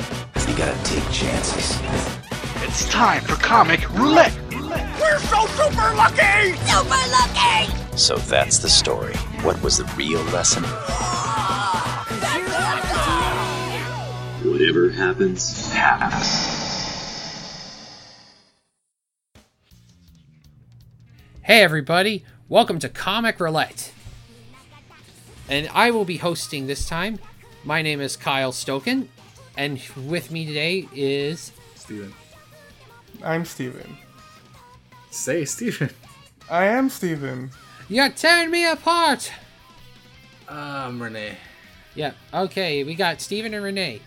gotta take chances. It's time for comic roulette. We're so super lucky! Super lucky! So that's the story. What was the real lesson? Whatever happens, happens. Hey, everybody, welcome to Comic Roulette. And I will be hosting this time. My name is Kyle Stoken, and with me today is. Steven. I'm Steven. Say Steven. I am Steven. You're tearing me apart! Um, Renee. Yeah, okay, we got Steven and Renee.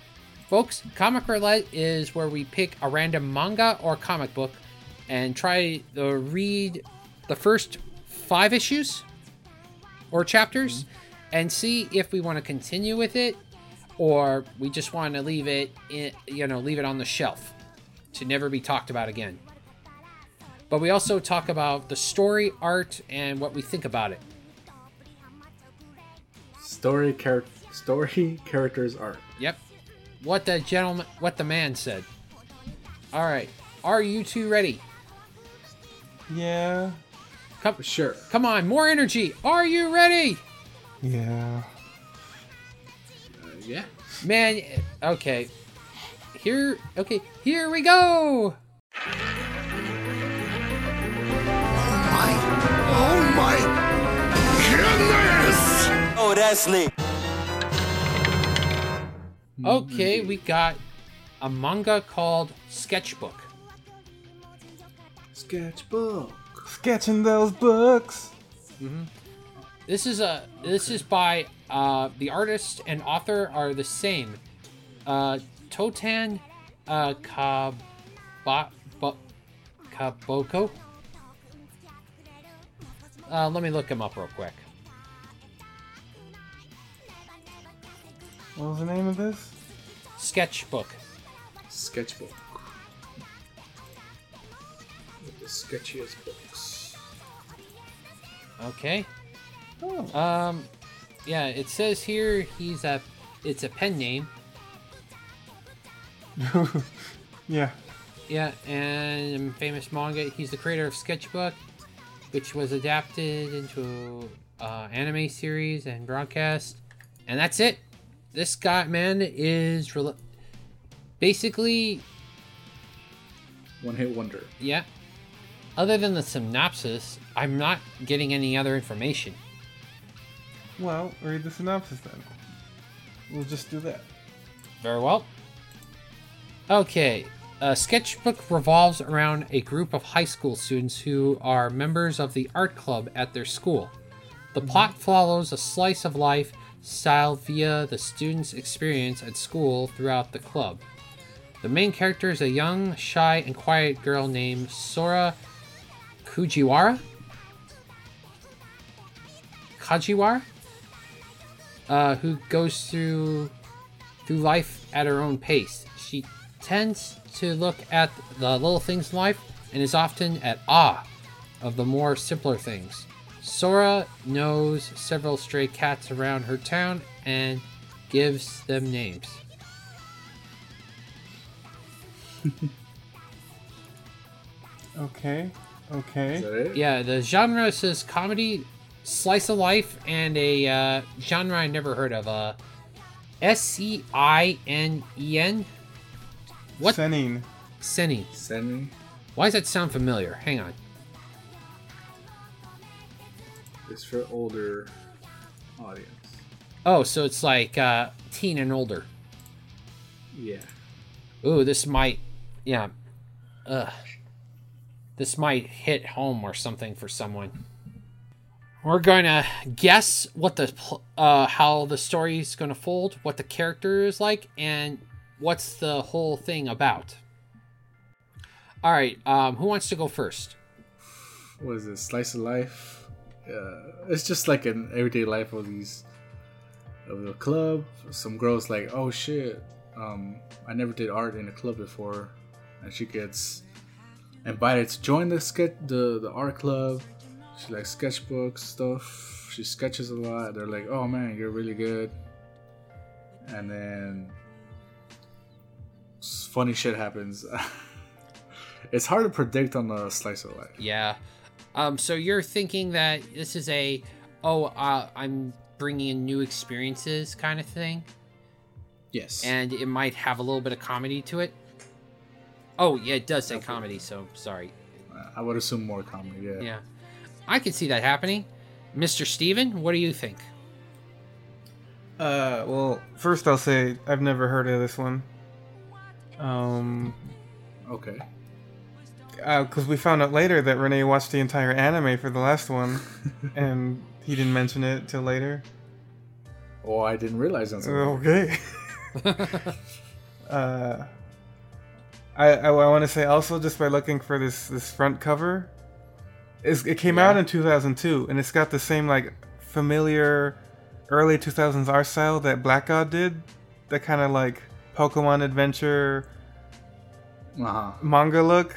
Folks, Comic Roulette is where we pick a random manga or comic book and try to read the first five issues or chapters and see if we want to continue with it or we just want to leave it, in, you know, leave it on the shelf to never be talked about again. But we also talk about the story, art, and what we think about it. Story char- story characters art. Yep. What the gentleman, what the man said. All right. Are you two ready? Yeah. Come, Sure. come on, more energy. Are you ready? Yeah. Uh, yeah. Man, okay. Here, okay, here we go. Oh my goodness! Oh, that's neat. Okay, we got a manga called Sketchbook. Sketchbook. Sketching those books. This is a this is by uh, the artist and author are the same. Uh, Totan uh, Kab- ba- ba- Kaboko. Uh, let me look him up real quick. What was the name of this? Sketchbook. Sketchbook. With the sketchiest books. Okay. Oh. Um, yeah, it says here he's a. It's a pen name. yeah. Yeah, and famous manga. He's the creator of Sketchbook, which was adapted into uh, anime series and broadcast. And that's it. This guy, man, is rel basically One hit wonder. yeah. Other than the synopsis, I'm not getting any other information. Well, read the synopsis then. We'll just do that. Very well. Okay. A sketchbook revolves around a group of high school students who are members of the art club at their school. The plot follows a slice of life style via the students' experience at school throughout the club. The main character is a young, shy, and quiet girl named Sora Kujiwara? Kajiwara? Uh, who goes through through life at her own pace. She tends to look at the little things in life and is often at awe of the more simpler things. Sora knows several stray cats around her town and gives them names. Okay. Is Okay. that it? Yeah, the genre says comedy, slice of life, and a uh, genre I never heard of. Uh, S C I N E N? What? Senin. Seni. Send me. Why does that sound familiar? Hang on. It's for older audience. Oh, so it's like uh, teen and older. Yeah. Ooh, this might, yeah, ugh, this might hit home or something for someone. We're gonna guess what the pl- uh, how the story is gonna fold, what the character is like, and what's the whole thing about. All right, um, who wants to go first? What is this? Slice of life. Uh, it's just like an everyday life of these of the club. Some girls like, oh shit, um, I never did art in a club before, and she gets invited to join the sketch the the art club. She likes sketchbooks stuff. She sketches a lot. They're like, oh man, you're really good. And then s- funny shit happens. it's hard to predict on a slice of life. Yeah. Um, so you're thinking that this is a, oh, uh, I'm bringing in new experiences kind of thing, Yes. and it might have a little bit of comedy to it. Oh yeah, it does say comedy. So sorry. I would assume more comedy. Yeah. Yeah, I could see that happening. Mr. Steven, what do you think? Uh, well, first I'll say I've never heard of this one. Um, Okay. because we found out later that Renee watched the entire anime for the last one, and he didn't mention it till later. Oh, I didn't realize that. Okay. uh, I I, want to say also just by looking for this this front cover, it's, it came out in 2002 and it's got the same like familiar early 2000s art style that Black God did, that kind of like Pokemon adventure Uh huh. manga look.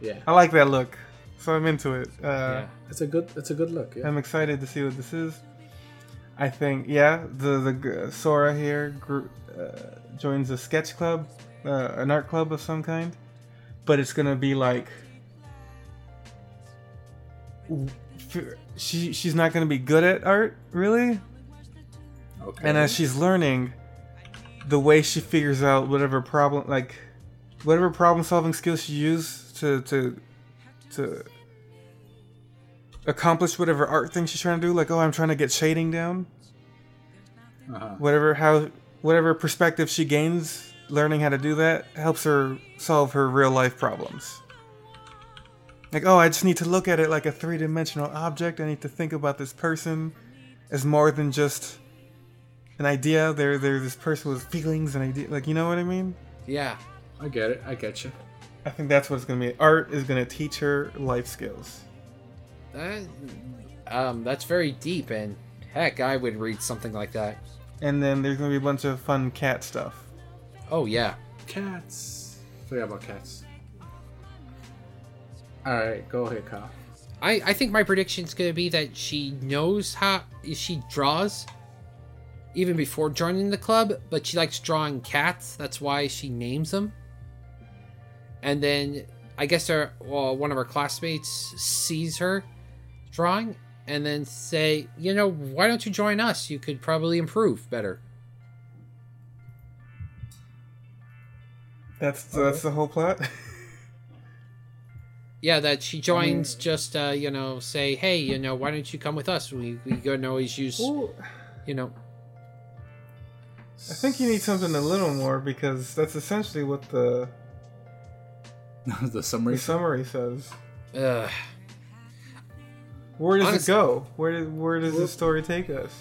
Yeah. I like that look, so I'm into it. Uh, It's a good. It's a good look. Yeah. I'm excited to see what this is. I think yeah, the the g- uh, Sora here gr- uh, joins a sketch club, uh, an art club of some kind, but it's gonna be like w- f- she she's not gonna be good at art really, Okay. and as she's learning, the way she figures out whatever problem like whatever problem solving skills she used to to to accomplish whatever art thing she's trying to do, like oh I'm trying to get shading down. Uh-huh. Whatever how whatever perspective she gains learning how to do that helps her solve her real life problems. Like, oh, I just need to look at it like a three dimensional object. I need to think about this person as more than just an idea. They're, they're this person with feelings and idea. Like, you know what I mean? Yeah. I get it. I get you. I think that's what it's going to be. Art is going to teach her life skills. That, um, that's very deep, and heck, I would read something like that. And then there's going to be a bunch of fun cat stuff. Oh yeah. Cats. Forgot about cats. All right. Go ahead, Kyle. I, I think my prediction's going to be that she knows how she draws even before joining the club, but she likes drawing cats. That's why she names them. And then I guess her well, one of her classmates sees her drawing and then say, "You know, why don't you join us? You could probably improve better." That's, so that's the whole plot. Yeah, that she joins just uh, you know, say, "Hey, you know, why don't you come with us? We we can always use, you know, I think you need something a little more because that's essentially what the, the the summary. summary says. uh, Where does Honestly- it go? Where do- where does this story take us?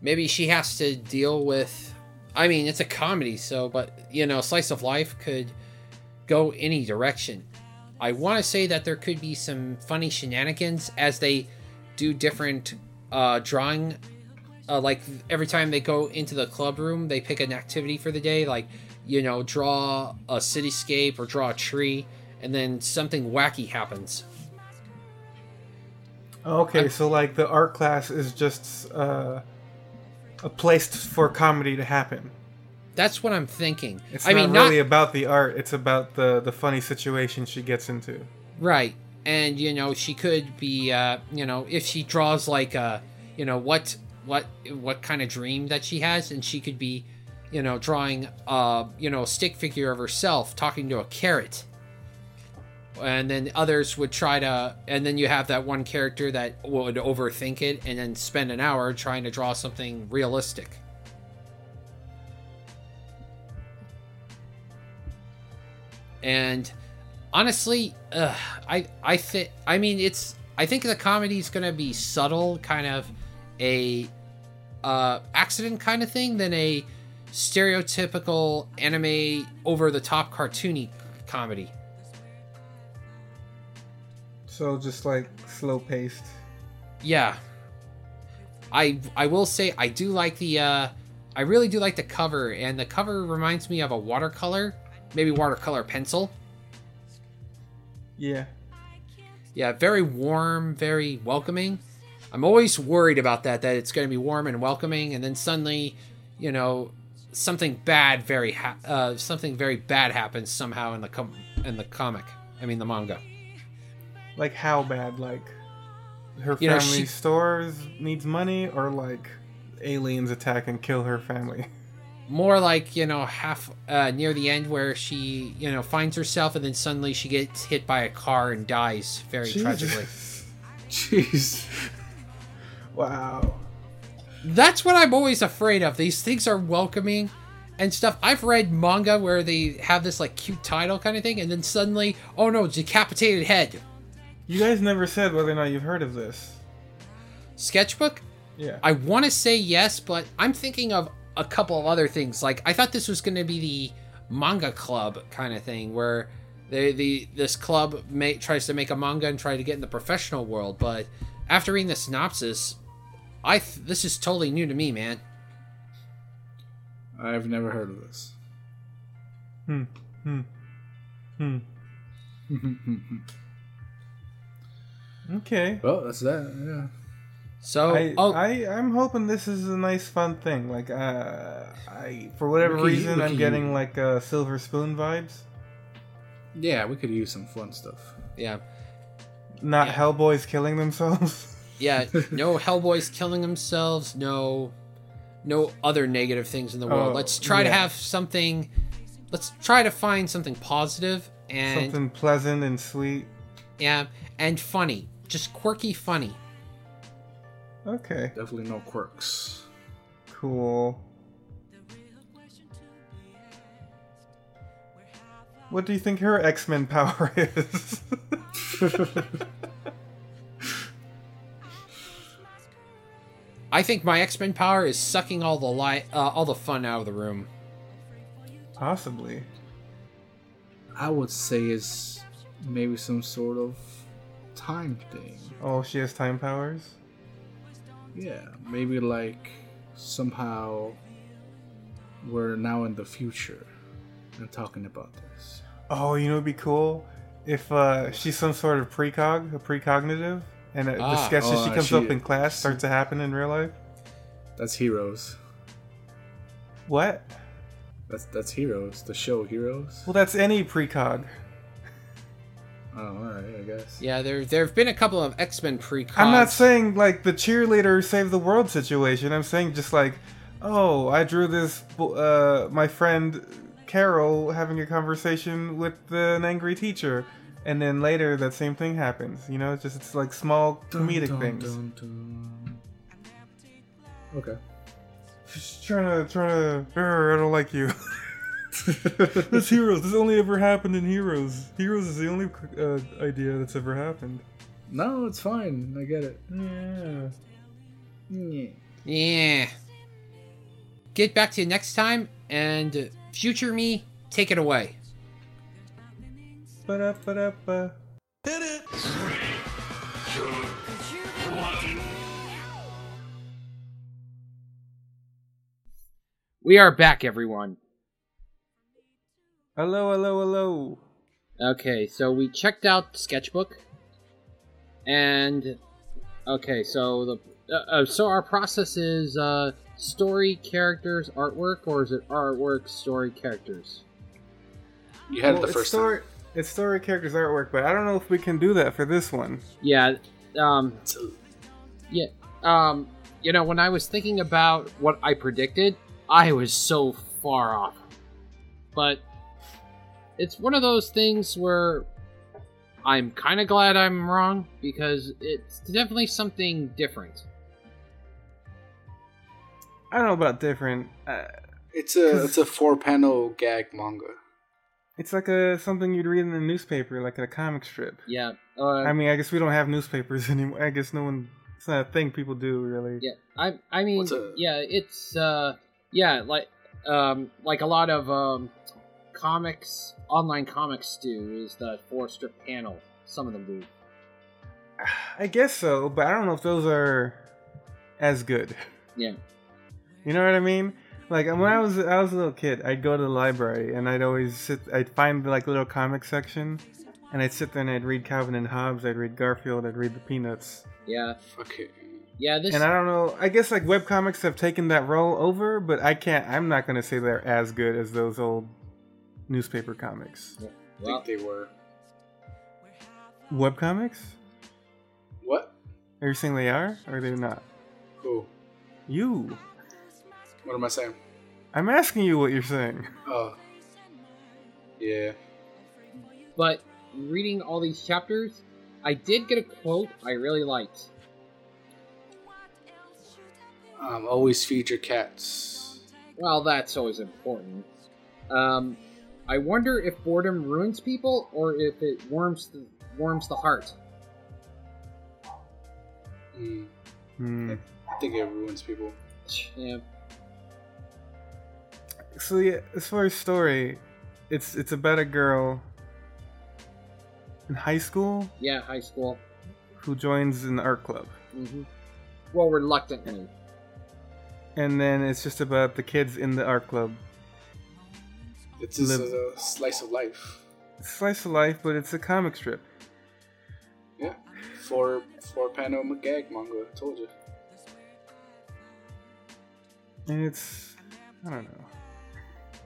maybe she has to deal with i mean it's a comedy so but you know slice of life could go any direction i want to say that there could be some funny shenanigans as they do different uh drawing uh, like every time they go into the club room they pick an activity for the day like you know draw a cityscape or draw a tree and then something wacky happens Okay, I'm- so like the art class is just uh, a place t- for comedy to happen. that's what i'm thinking It's i not mean not really about the art; it's about the the funny situation she gets into. Right. And you know, she could be uh, you know, if she draws like uh, you know, what what what kind of dream that she has and she could be, you know, drawing uh, you know, a stick figure of herself talking to a carrot. And then others would try to and then you have that one character that would overthink it and then spend an hour trying to draw something realistic. And honestly ugh, i i think i mean it's i think the comedy's gonna be subtle kind of a uh accident kind of thing than a stereotypical anime over the top cartoony comedy So just like slow paced. yeah i i will say i do like the uh i really do like the cover and the cover reminds me of a watercolor maybe watercolor pencil Yeah. Yeah, very warm, very welcoming. I'm always worried about that, that it's going to be warm and welcoming, and then suddenly, you know, something bad very ha- uh, something very bad happens somehow in the com- in the comic. I mean the manga. Like how bad? Like her You know, family she- stores needs money, or like aliens attack and kill her family. More like you know half uh, near the end where she you know finds herself and then suddenly she gets hit by a car and dies very tragically. Jeez. Wow. That's what I'm always afraid of. These things are welcoming and stuff. I've read manga where they have this like cute title kind of thing and then suddenly oh no decapitated head You guys never said whether or not you've heard of this. sketchbook. Yeah. I want to say yes, but I'm thinking of a couple of other things. Like I thought this was going to be the manga club kind of thing, where they the this club ma tries to make a manga and try to get in the professional world. But after reading the synopsis, I th- this is totally new to me, man. I've never heard of this. Hmm. Hmm. Hmm. Okay. well, that's that. So I, oh I I'm hoping this is a nice fun thing. Like uh, I for whatever Ricky, reason I'm Ricky. getting like uh, silver spoon vibes. Yeah. Yeah, we could use some fun stuff. yeah Not Yeah. Hellboys killing themselves. yeah no Hellboys killing themselves, no no other negative things in the world. Oh, let's try to yeah. have something. Let's try to find something positive and Something pleasant and sweet. Yeah, and funny. Just quirky funny. Okay. Definitely no quirks. Cool. What do you think her X Men power is? I think my X Men power is sucking all the light, uh, all the fun out of the room. Possibly. I would say it's maybe some sort of time thing. Oh, she has time powers. Yeah, maybe like somehow we're now in the future and talking about this. Oh, you know, it'd be cool if uh, she's some sort of precog, a precognitive, and uh, the Ah, sketches oh, she uh, comes she- up in class start to happen in real life. That's Heroes. What? That's that's Heroes. The show Heroes. Well, that's any precog. Oh, alright, I guess. Yeah, there there have been a couple of X Men precogs. I'm not saying like the cheerleader save the world situation. I'm saying just like, oh, I drew this. bu- Uh, my friend Carol having a conversation with an angry teacher, and then later that same thing happens. You know, it's just it's like small Dun, comedic dun, things. dun, dun. Okay. Just trying to trying to. "Urgh, I don't like you. That's heroes. This only ever happened in heroes. Heroes is the only uh, idea that's ever happened. no, it's fine. I get it. Yeah. Yeah. Yeah. Get back to you next time, and future me, take it away. Ba-da-ba-da-ba. We are back, everyone. Hello, hello, hello. Okay, so we checked out sketchbook, and okay, so the uh, uh, so our process is uh, story, characters, artwork, or is it artwork, story, characters? You had Well, it the first it's story, It's story characters artwork, but I don't know if we can do that for this one. Yeah, um, yeah, um, you know, when I was thinking about what I predicted, I was so far off. But it's one of those things where I'm kind of glad I'm wrong because it's definitely something different. I don't know about different. Uh, It's a it's a four panel gag manga. it's like a something you'd read in a newspaper, like a comic strip. Yeah. Uh, I mean, I guess we don't have newspapers anymore. I guess no one. It's not a thing people do really. yeah. I I mean, What's a- yeah, it's uh yeah, like um like a lot of um comics online comics do is the four strip panel. Some of them do. I guess so, but I don't know if those are as good. Yeah. You know what I mean? Like when I was I was a little kid, I'd go to the library and I'd always sit. I'd find like little comic section, and I'd sit there and I'd read Calvin and Hobbes. I'd read Garfield. I'd read the Peanuts. Yeah. Okay. Yeah, this And I don't know. I guess like webcomics have taken that role over, but I can't. I'm not going to say they're as good as those old newspaper comics. I think they were. Webcomics? What? Are you saying they are, or they're not? Who? You. What am I saying? I'm asking you what you're saying. Oh. Yeah. but reading all these chapters, I did get a quote I really liked. Um, always feed your cats. Well, that's always important. Um, I wonder if boredom ruins people or if it warms the, warms the heart. Mm, Hmm. I think it ruins people. Yeah, So yeah, as far as story, it's it's about a girl in high school yeah, high school. who joins an art club, hmm Well, reluctantly. and then it's just about the kids in the art club. It's just Live- a slice of life. It's slice of life, but it's a comic strip. Yeah. Four four panel gag manga. I told you. And it's I don't know.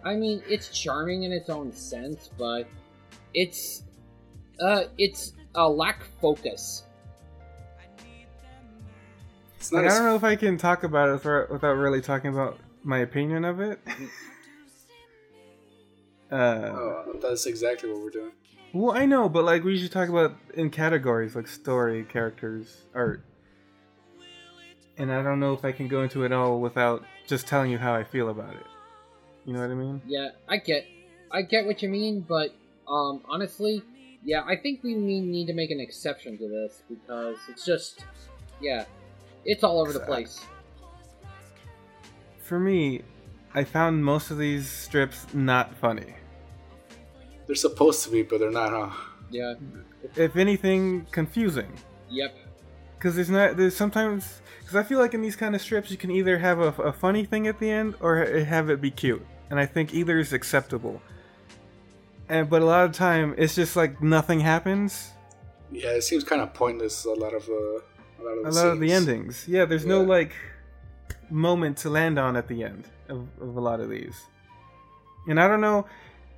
I mean, it's charming in its own sense, but it's uh, it's a lack focus. It's Like, not. I as- don't know if I can talk about it without, without really talking about my opinion of it. uh, Oh, that's exactly what we're doing. well, I know, but like we should talk about in categories like story, characters, art. And I don't know if I can go into it all without just telling you how I feel about it. You know what I mean? Yeah, I get, I get what you mean, but um, honestly, yeah, I think we ne- need to make an exception to this because it's just, yeah, it's all over the place. For me, I found most of these strips not funny. They're supposed to be, but they're not, huh? Yeah, If anything, confusing. yep, because there's not there's sometimes because i feel like in these kind of strips you can either have a, a funny thing at the end or ha- have it be cute and i think either is acceptable and but a lot of time it's just like nothing happens Yeah, it seems kind of pointless. A lot of uh, a lot of the a lot of the scenes. endings yeah there's no Yeah. like moment to land on at the end of, of a lot of these and i don't know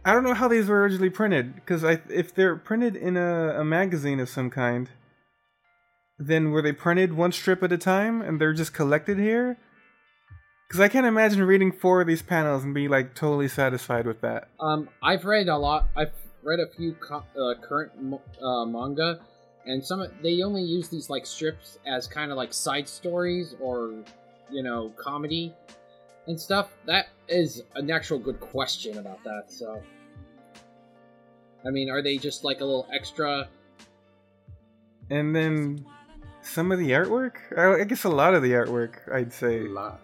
i don't know how these were originally printed because i if they're printed in a, a magazine of some kind then were they printed one strip at a time and they're just collected here because i can't imagine reading four of these panels and be like totally satisfied with that Um, I've read a lot. I've read a few co- uh, current mo- uh, manga, and some of- they only use these like strips as kind of like side stories or you know comedy and stuff. That is an actual good question about that. So, I mean, are they just like a little extra? and then some of the artwork i, I guess a lot of the artwork i'd say A lot.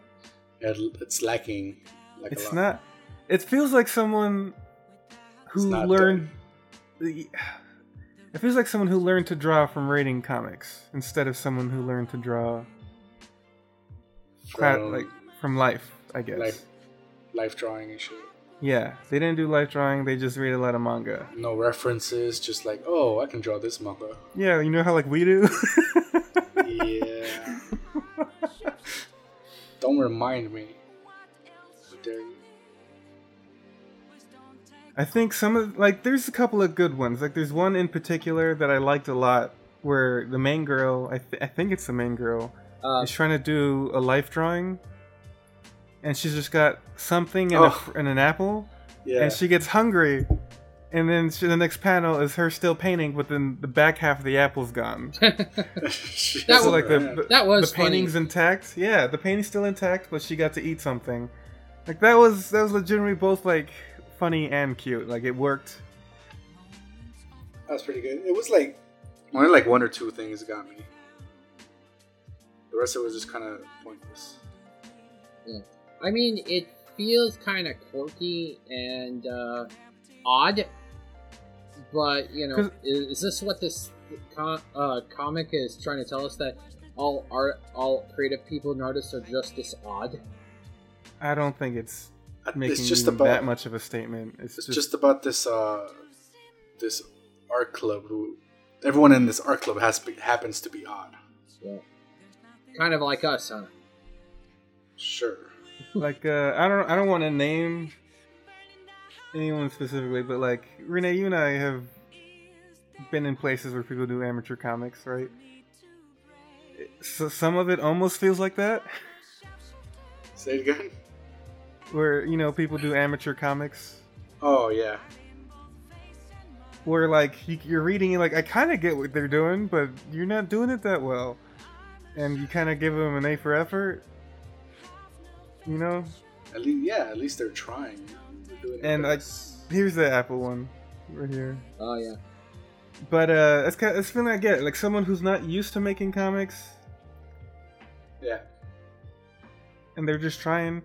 It- it's lacking. Like a it's lot. not it feels like someone who It's not learned it feels like someone who learned to draw from reading comics instead of someone who learned to draw crowd, From like from life i guess Like- life drawing and shit. yeah they didn't do life drawing they just read a lot of manga No references. Just like, oh, I can draw this manga. yeah you know how like we do yeah. Don't remind me. How dare you? I think some of like there's a couple of good ones. Like there's one in particular that I liked a lot, where the main girl, I, th- I think it's the main girl, Uh, is trying to do a life drawing, and she's just got something and, a Oh. fr and an apple, Yeah. and she gets hungry, and then she, the next panel is her still painting, but then the back half of the apple's gone. That so was- like the, that was the funny. painting's intact. Yeah, the painting's still intact, but she got to eat something. Like that was that was legitimately both like funny and cute. Like it worked. That was pretty good. It was like only like one or two things got me. The rest of it was just kind of pointless. I mean, it feels kind of quirky and uh, odd, but you know, 'Cause- is, is this what this com- uh, comic is trying to tell us that all art, all creative people and artists are just this odd? I don't think it's I- making Uh, it's just even about that much of a statement. It's, It's just, just about this uh this art club who everyone in this art club has to be, happens to be odd. Kind of like us, huh? Sure. like uh, I don't I don't want to name anyone specifically, but like Renee, you and I have been in places where people do amateur comics, right? So some of it almost feels like that, Say it again. where you know people do amateur comics, Oh yeah. where like you, you're reading, you're like I kind of get what they're doing, but you're not doing it that well, and you kind of give them an A for effort, you know. At least yeah. At least they're trying. They're doing their And I best. here's the Apple one, right here. Oh yeah. But uh, that's kind of, that's the feeling I get. Like someone who's not used to making comics, yeah. and they're just trying.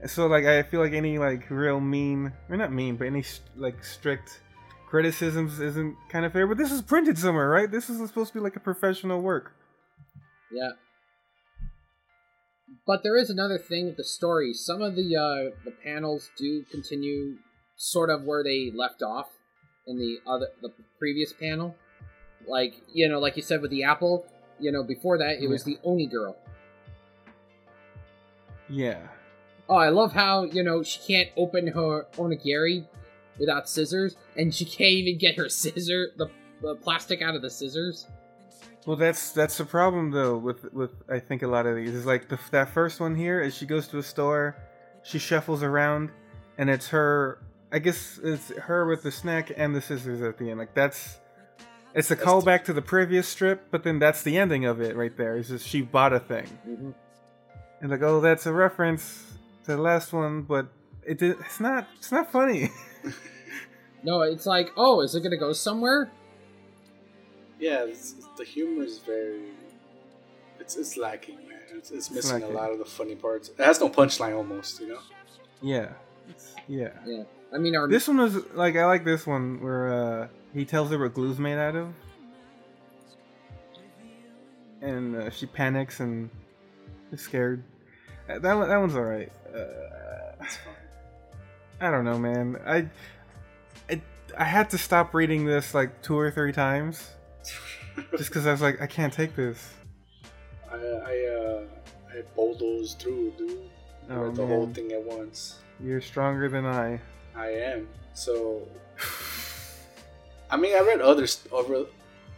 And So like I feel like any like real mean, or not mean, but any s- like strict criticisms isn't kind of fair. But this is printed somewhere, right? This isn't supposed to be like a professional work. Yeah. But there is another thing with the story. Some of the uh, the panels do continue sort of where they left off in the other the previous panel. Like you know, like you said with the apple, you know, before that it was the Oni girl. Yeah. Oh, I love how you know she can't open her onigiri without scissors, and she can't even get her scissor the, the plastic out of the scissors. Well, that's that's the problem though with with I think a lot of these is like the, that first one here is she goes to a store, she shuffles around, and it's her. I guess it's her with the snack and the scissors at the end. Like that's it's a callback to the previous strip, but then that's the ending of it right there. It's just she bought a thing, and like oh that's a reference to the last one, but it did, it's not it's not funny. No, it's like, oh, is it gonna go somewhere? Yeah. It's, it's- the humor is very. It's it's lacking, man. It's, it's missing lacking. a lot of the funny parts. It has no punchline almost. You know. yeah, it's, yeah. Yeah, I mean, our This one was like I like this one where uh, he tells her what glue's made out of, and uh, she panics and is scared. Uh, That one, that one's all right. Uh, It's fine. I don't know, man. I, I I had to stop reading this like two or three times just because I was like, I can't take this. I I uh, I bulldozed through, dude. I Oh, read the whole man. thing at once. You're stronger than I. I am. So, I mean, I read other st- over,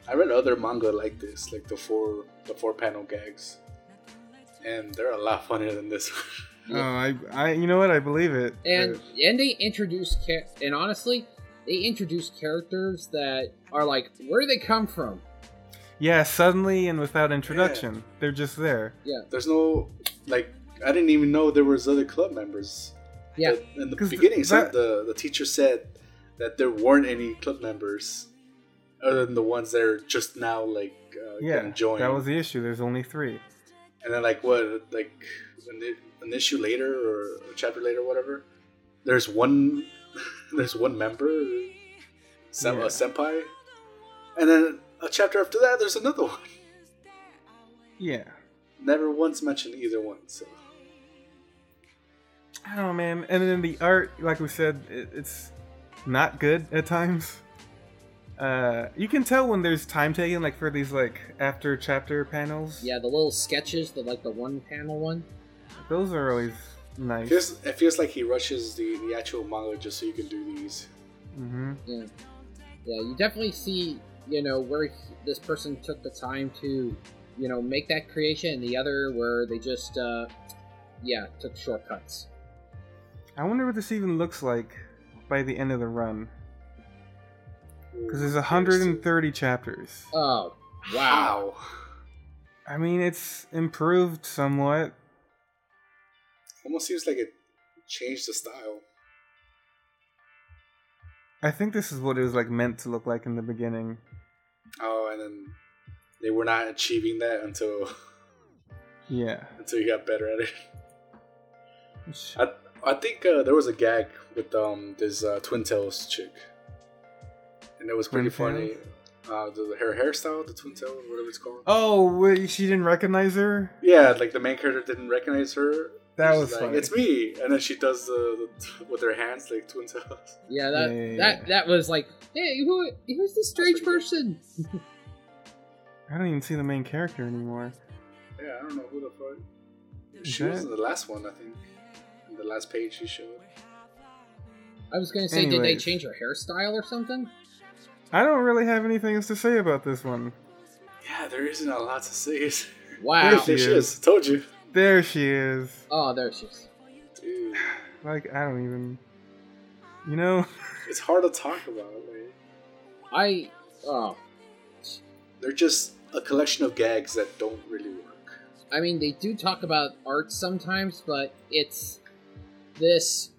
I read other manga like this, like the four the four panel gags, and they're a lot funnier than this. one. Oh, I, I, you know what? I believe it. Uh, and but- and they introduce char- and honestly, they introduce characters that are like, where do they come from? yeah, suddenly and without introduction, they're just there. There's no like I didn't even know there was other club members. Yeah, The- in the 'Cause beginning, so that- the the teacher said that there weren't any club members other than the ones that are just now like uh, Yeah, getting joined. that was the issue. There's only three. and then like what like an, i- an issue later or a chapter later whatever there's one there's one member sem- a Yeah. senpai and then a chapter after that there's another one Yeah. never once mentioned either one so I don't know, man. And then the art, like we said, it, it's not good at times. Uh, you can tell when there's time taken, like for these like after chapter panels. yeah, the little sketches, the like the one panel one. Those are always it nice. feels, it feels like he rushes the, the actual manga just so you can do these hmm Yeah, yeah, you definitely see, you know, where he, this person took the time to, you know, make that creation, and the other where they just, uh, yeah, took shortcuts. I wonder what this even looks like by the end of the run, because there's 130 chapters. Oh, wow. wow I mean, it's improved somewhat. almost seems like it changed the style I think this is what it was like meant to look like in the beginning. oh and then they were not achieving that until Yeah. until you got better at it Which- I, I think uh, there was a gag with um this uh, Twin Tails chick, and it was pretty Twin funny. Uh, the, her hairstyle, the Twin Tail, whatever it's called. Oh, wait, she didn't recognize her. Yeah, like the main character didn't recognize her. That She's was like, funny. It's me, and then she does the, the with her hands like Twin Tails. Yeah, that Yeah, yeah, yeah. that that was like, hey, who who's this strange pretty good. person? I don't even see the main character anymore. Yeah, I don't know who the fuck. She That- was in the last one, I think. In the last page she showed. I was gonna say, did they Anyways. change her hairstyle or something? I don't really have anything else to say about this one. Yeah, there isn't a lot to say. is there? Wow. There she she is. is. Told you. There she is. Oh, there she is. Dude, Like I don't even. You know, it's hard to talk about. Like, I. Oh, they're just a collection of gags that don't really work. I mean, they do talk about art sometimes, but it's this.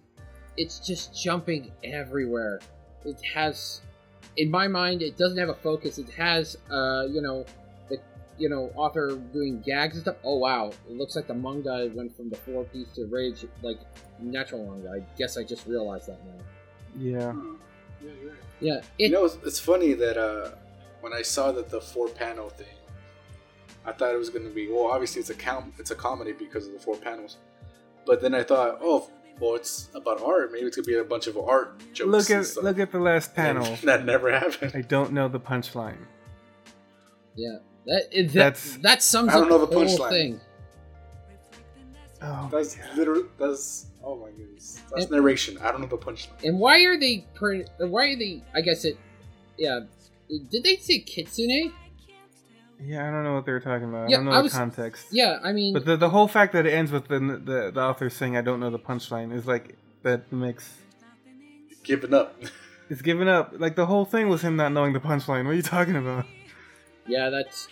It's just jumping everywhere. It has, in my mind, it doesn't have a focus. It has, uh, you know, the you know author doing gags and stuff. Oh wow, it looks like the manga went from the four piece to rage like natural manga. I guess I just realized that now. yeah. Yeah, you're right. Yeah, You it. know, it's, it's funny that uh, when I saw that the four panel thing, I thought it was going to be well. Obviously, it's a com- it's a comedy because of the four panels. But then I thought, oh, well, it's about art. Maybe it's going to be a bunch of art jokes. Look and at stuff. look at the last And panel. that never happened. I don't know the punchline. Yeah, that, it, that That's- that sums I don't up know the, the whole punchline. thing. Oh, That's literally that's oh my goodness. That's It- narration. I don't know the punchline. And why are they? Pre- why are they? I guess it. Yeah. Did they say kitsune? yeah. I don't know what they were talking about. Yeah, I don't know I the was- context. Yeah, I mean, But the the whole fact that it ends with the the, the author saying "I don't know the punchline" is like that makes Giving up. it's giving up. Like the whole thing was him not knowing the punchline. What are you talking about? yeah, that's.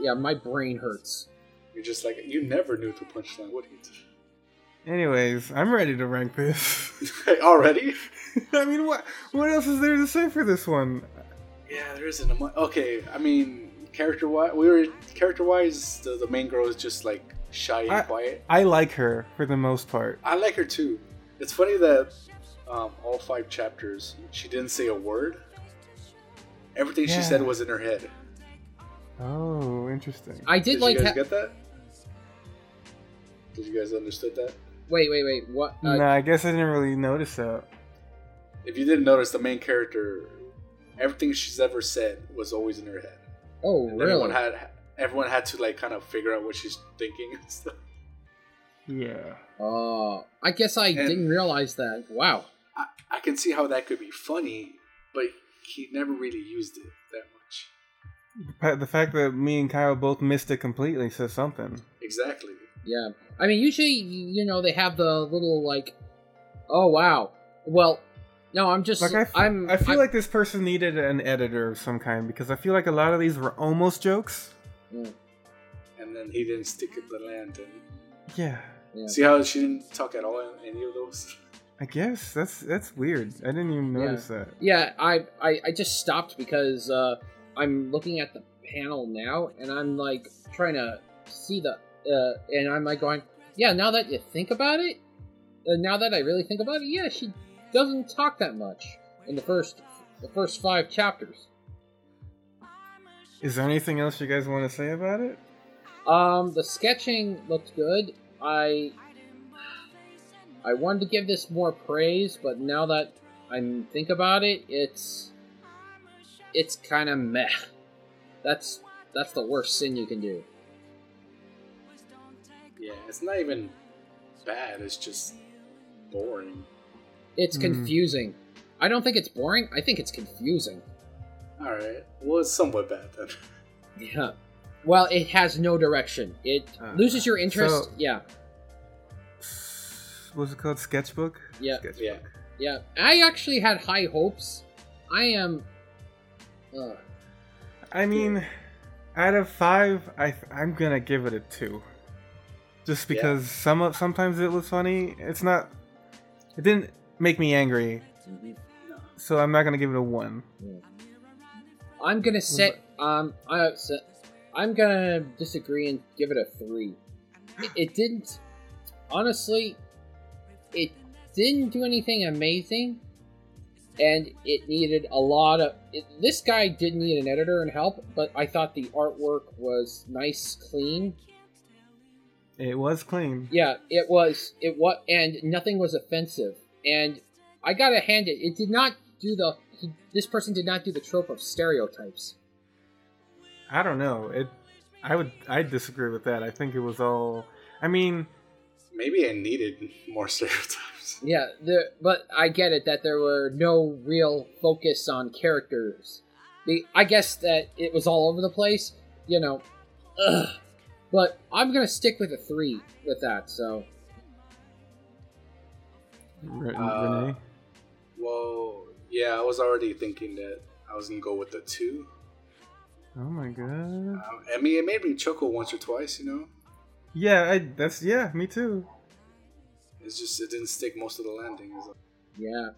Yeah, my brain hurts. You're just like you never knew the punchline. What you Anyways, I'm ready to rank this. do? already? I mean, what what else is there to say for this one? Yeah, there isn't a much. Okay, I mean character wise, we were character wise. The, the main girl is just like shy and I- quiet. I like her for the most part. I like her too. It's funny that um, all five chapters she didn't say a word. Everything Yeah. she said was in her head. Oh, interesting. I did, Did like. you guys Ha- get that? Did you guys understood that? wait, wait, wait. What? Uh, no, I guess I didn't really notice that. If you didn't notice, the main character, everything she's ever said was always in her head. Oh, And really? Everyone had everyone had to like kind of figure out what she's thinking and stuff. Yeah. oh, I guess I And- didn't realize that. Wow. I, I can see how that could be funny, but he never really used it that much. Pa- The fact that me and Kyle both missed it completely says something. Exactly. Yeah. I mean, usually, you know, they have the little like. Oh wow. Well, no, I'm just. Like I, f- I'm. I feel I'm- like this person needed an editor of some kind because I feel like a lot of these were almost jokes. And then he didn't stick at the land. And Yeah, Yeah. see how she didn't talk at all in any of those. I guess that's that's weird. I didn't even Yeah. notice that. Yeah, I, I I just stopped because uh, I'm looking at the panel now, and I'm like trying to see the, uh, and I'm like going, yeah. Now that you think about it, uh, now that I really think about it, yeah, she doesn't talk that much in the first the first five chapters. Is there anything else you guys want to say about it? Um, the sketching looked good. I I wanted to give this more praise, but now that I am think about it, it's it's kind of meh. That's that's the worst sin you can do. Yeah, it's not even bad. It's just boring. It's Hmm. confusing. I don't think it's boring. I think it's confusing. All right. Well, it's somewhat bad then. Yeah. Well, it has no direction. It Uh, loses your interest. so- yeah. What's it called? Sketchbook. Yeah. Sketchbook. Yeah. Yeah. I actually had high hopes. I am uh, I mean, out of five, I th- I'm gonna give it a two, just Yeah. because some of sometimes it was funny. It's not. It didn't make me angry, so I'm not gonna give it a one. I'm gonna set. Um, I, so- I'm gonna disagree and give it a three. It, it didn't. Honestly, it didn't do anything amazing, and it needed a lot of. It, this guy did need an editor and help, but I thought the artwork was nice, clean. It was clean. Yeah, it was. It was, and nothing was offensive. And I gotta hand it. It did not do the. He, this person did not do the trope of stereotypes. I don't know. It. I would I disagree with that. I think it was all. I mean, Maybe I needed more stereotypes. Yeah, there, but I get it that there were no real focus on characters. The, I guess that it was all over the place, you know. Ugh. But I'm gonna stick with a three with that. So Re- Uh, Renee. Well, yeah, I was already thinking that I was gonna go with the two. Oh my god. Um, I mean, it made me chuckle once or twice, you know. Yeah, I, that's yeah, me too. It's just it didn't stick most of the landings. yeah,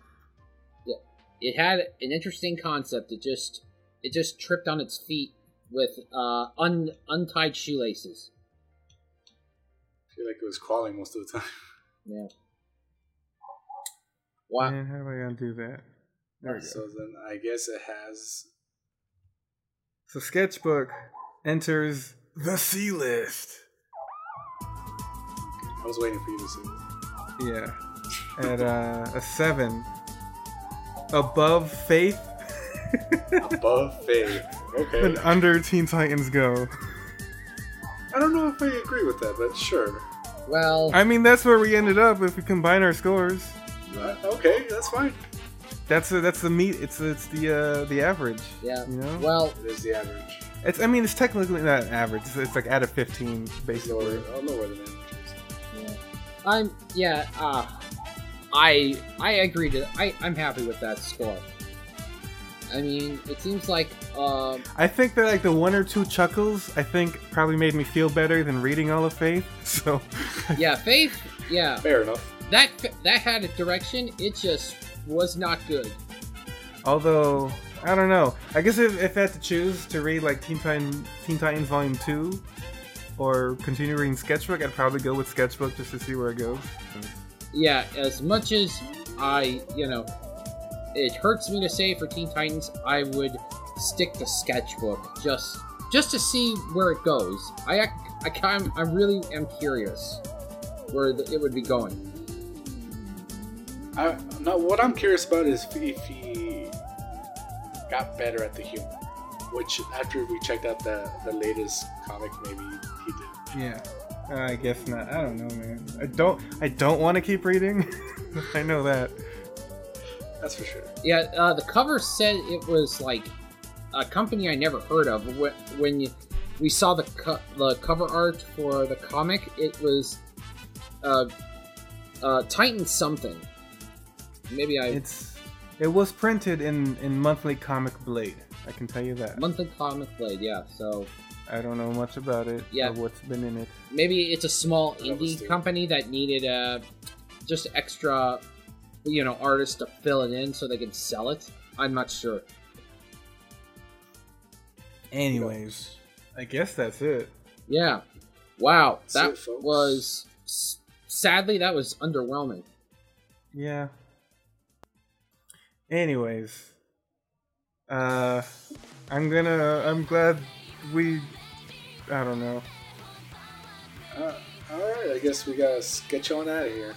yeah, it had an interesting concept. It just it just tripped on its feet with uh, un, untied shoelaces. I feel like it was crawling most of the time. Yeah. Wow. Man, how do I undo that? Uh, There we go. So then I guess it has. So sketchbook enters the C list. I was waiting for you to say. Yeah. At uh, a seven. Above Faith Above faith. and uh, Okay. under Teen Titans Go. I don't know if I agree with that, but sure. Well, I mean, that's where we ended up if we combine our scores. Uh, okay, that's fine. That's the that's the meat. It's it's the uh, the average. yeah. You know, Well, There's the average. it's I mean it's technically not average. It's, it's like out of fifteen basically. Lower. I don't know where the average is. Yeah. I'm yeah, uh I I agree to I, I'm happy with that score. I mean, it seems like um I think that like the one or two chuckles I think probably made me feel better than reading all of Faith. So yeah, Faith, yeah. Fair enough. That that had a direction, it just was not good. Although I don't know. I guess if, if I had to choose to read like Teen Titan, Teen Titans Volume Two, or continue reading Sketchbook, I'd probably go with Sketchbook just to see where it goes. Yeah, as much as I, you know, it hurts me to say for Teen Titans, I would stick to sketchbook just just to see where it goes. I ac- I kind I really am curious where the, it would be going. I, no, what I'm curious about is if, if he got better at the humor, which after we checked out the the latest comic, maybe he did. Yeah, I guess not. I don't know, man. I don't. I don't want to keep reading. I know that. That's for sure. Yeah, uh, the cover said it was like a company I never heard of. Wh- When you- we saw the co- the cover art for the comic, it was uh, uh, Titan something. Maybe I It's. It was printed in in monthly Comic Blade. I can tell you that. monthly comic blade. Yeah, so I don't know much about it. Yeah. Or what's been in it? maybe it's a small That was indie the- company that needed uh, just extra, you know, artists to fill it in so they could sell it. I'm not sure. Anyways, I guess that's it. Yeah. Wow. That's That it, folks. was s- sadly that was underwhelming. Yeah. Anyways, uh, I'm gonna. I'm glad we. I don't know. Uh, all right, I guess we gotta sketch on out of here.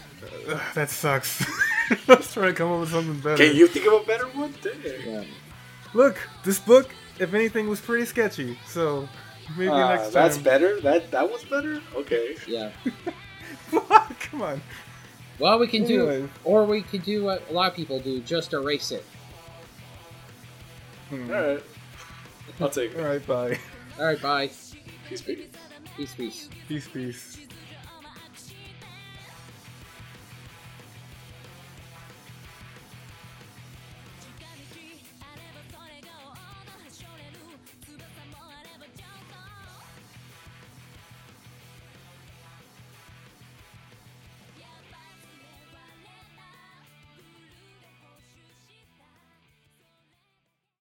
Ugh, that sucks. Let's try to come up with something better. Can you think of a better one? Dang. Yeah. Look, this book, if anything, was pretty sketchy. So maybe Ah, next time. that's better. That that was better. Okay. Yeah. come on. Well, we can do, Anyways. or we could do what a lot of people do, just erase it. All right. I'll take it. All Hmm. right. Bye. All right, bye. Peace, peace. Peace, peace. Peace. Peace.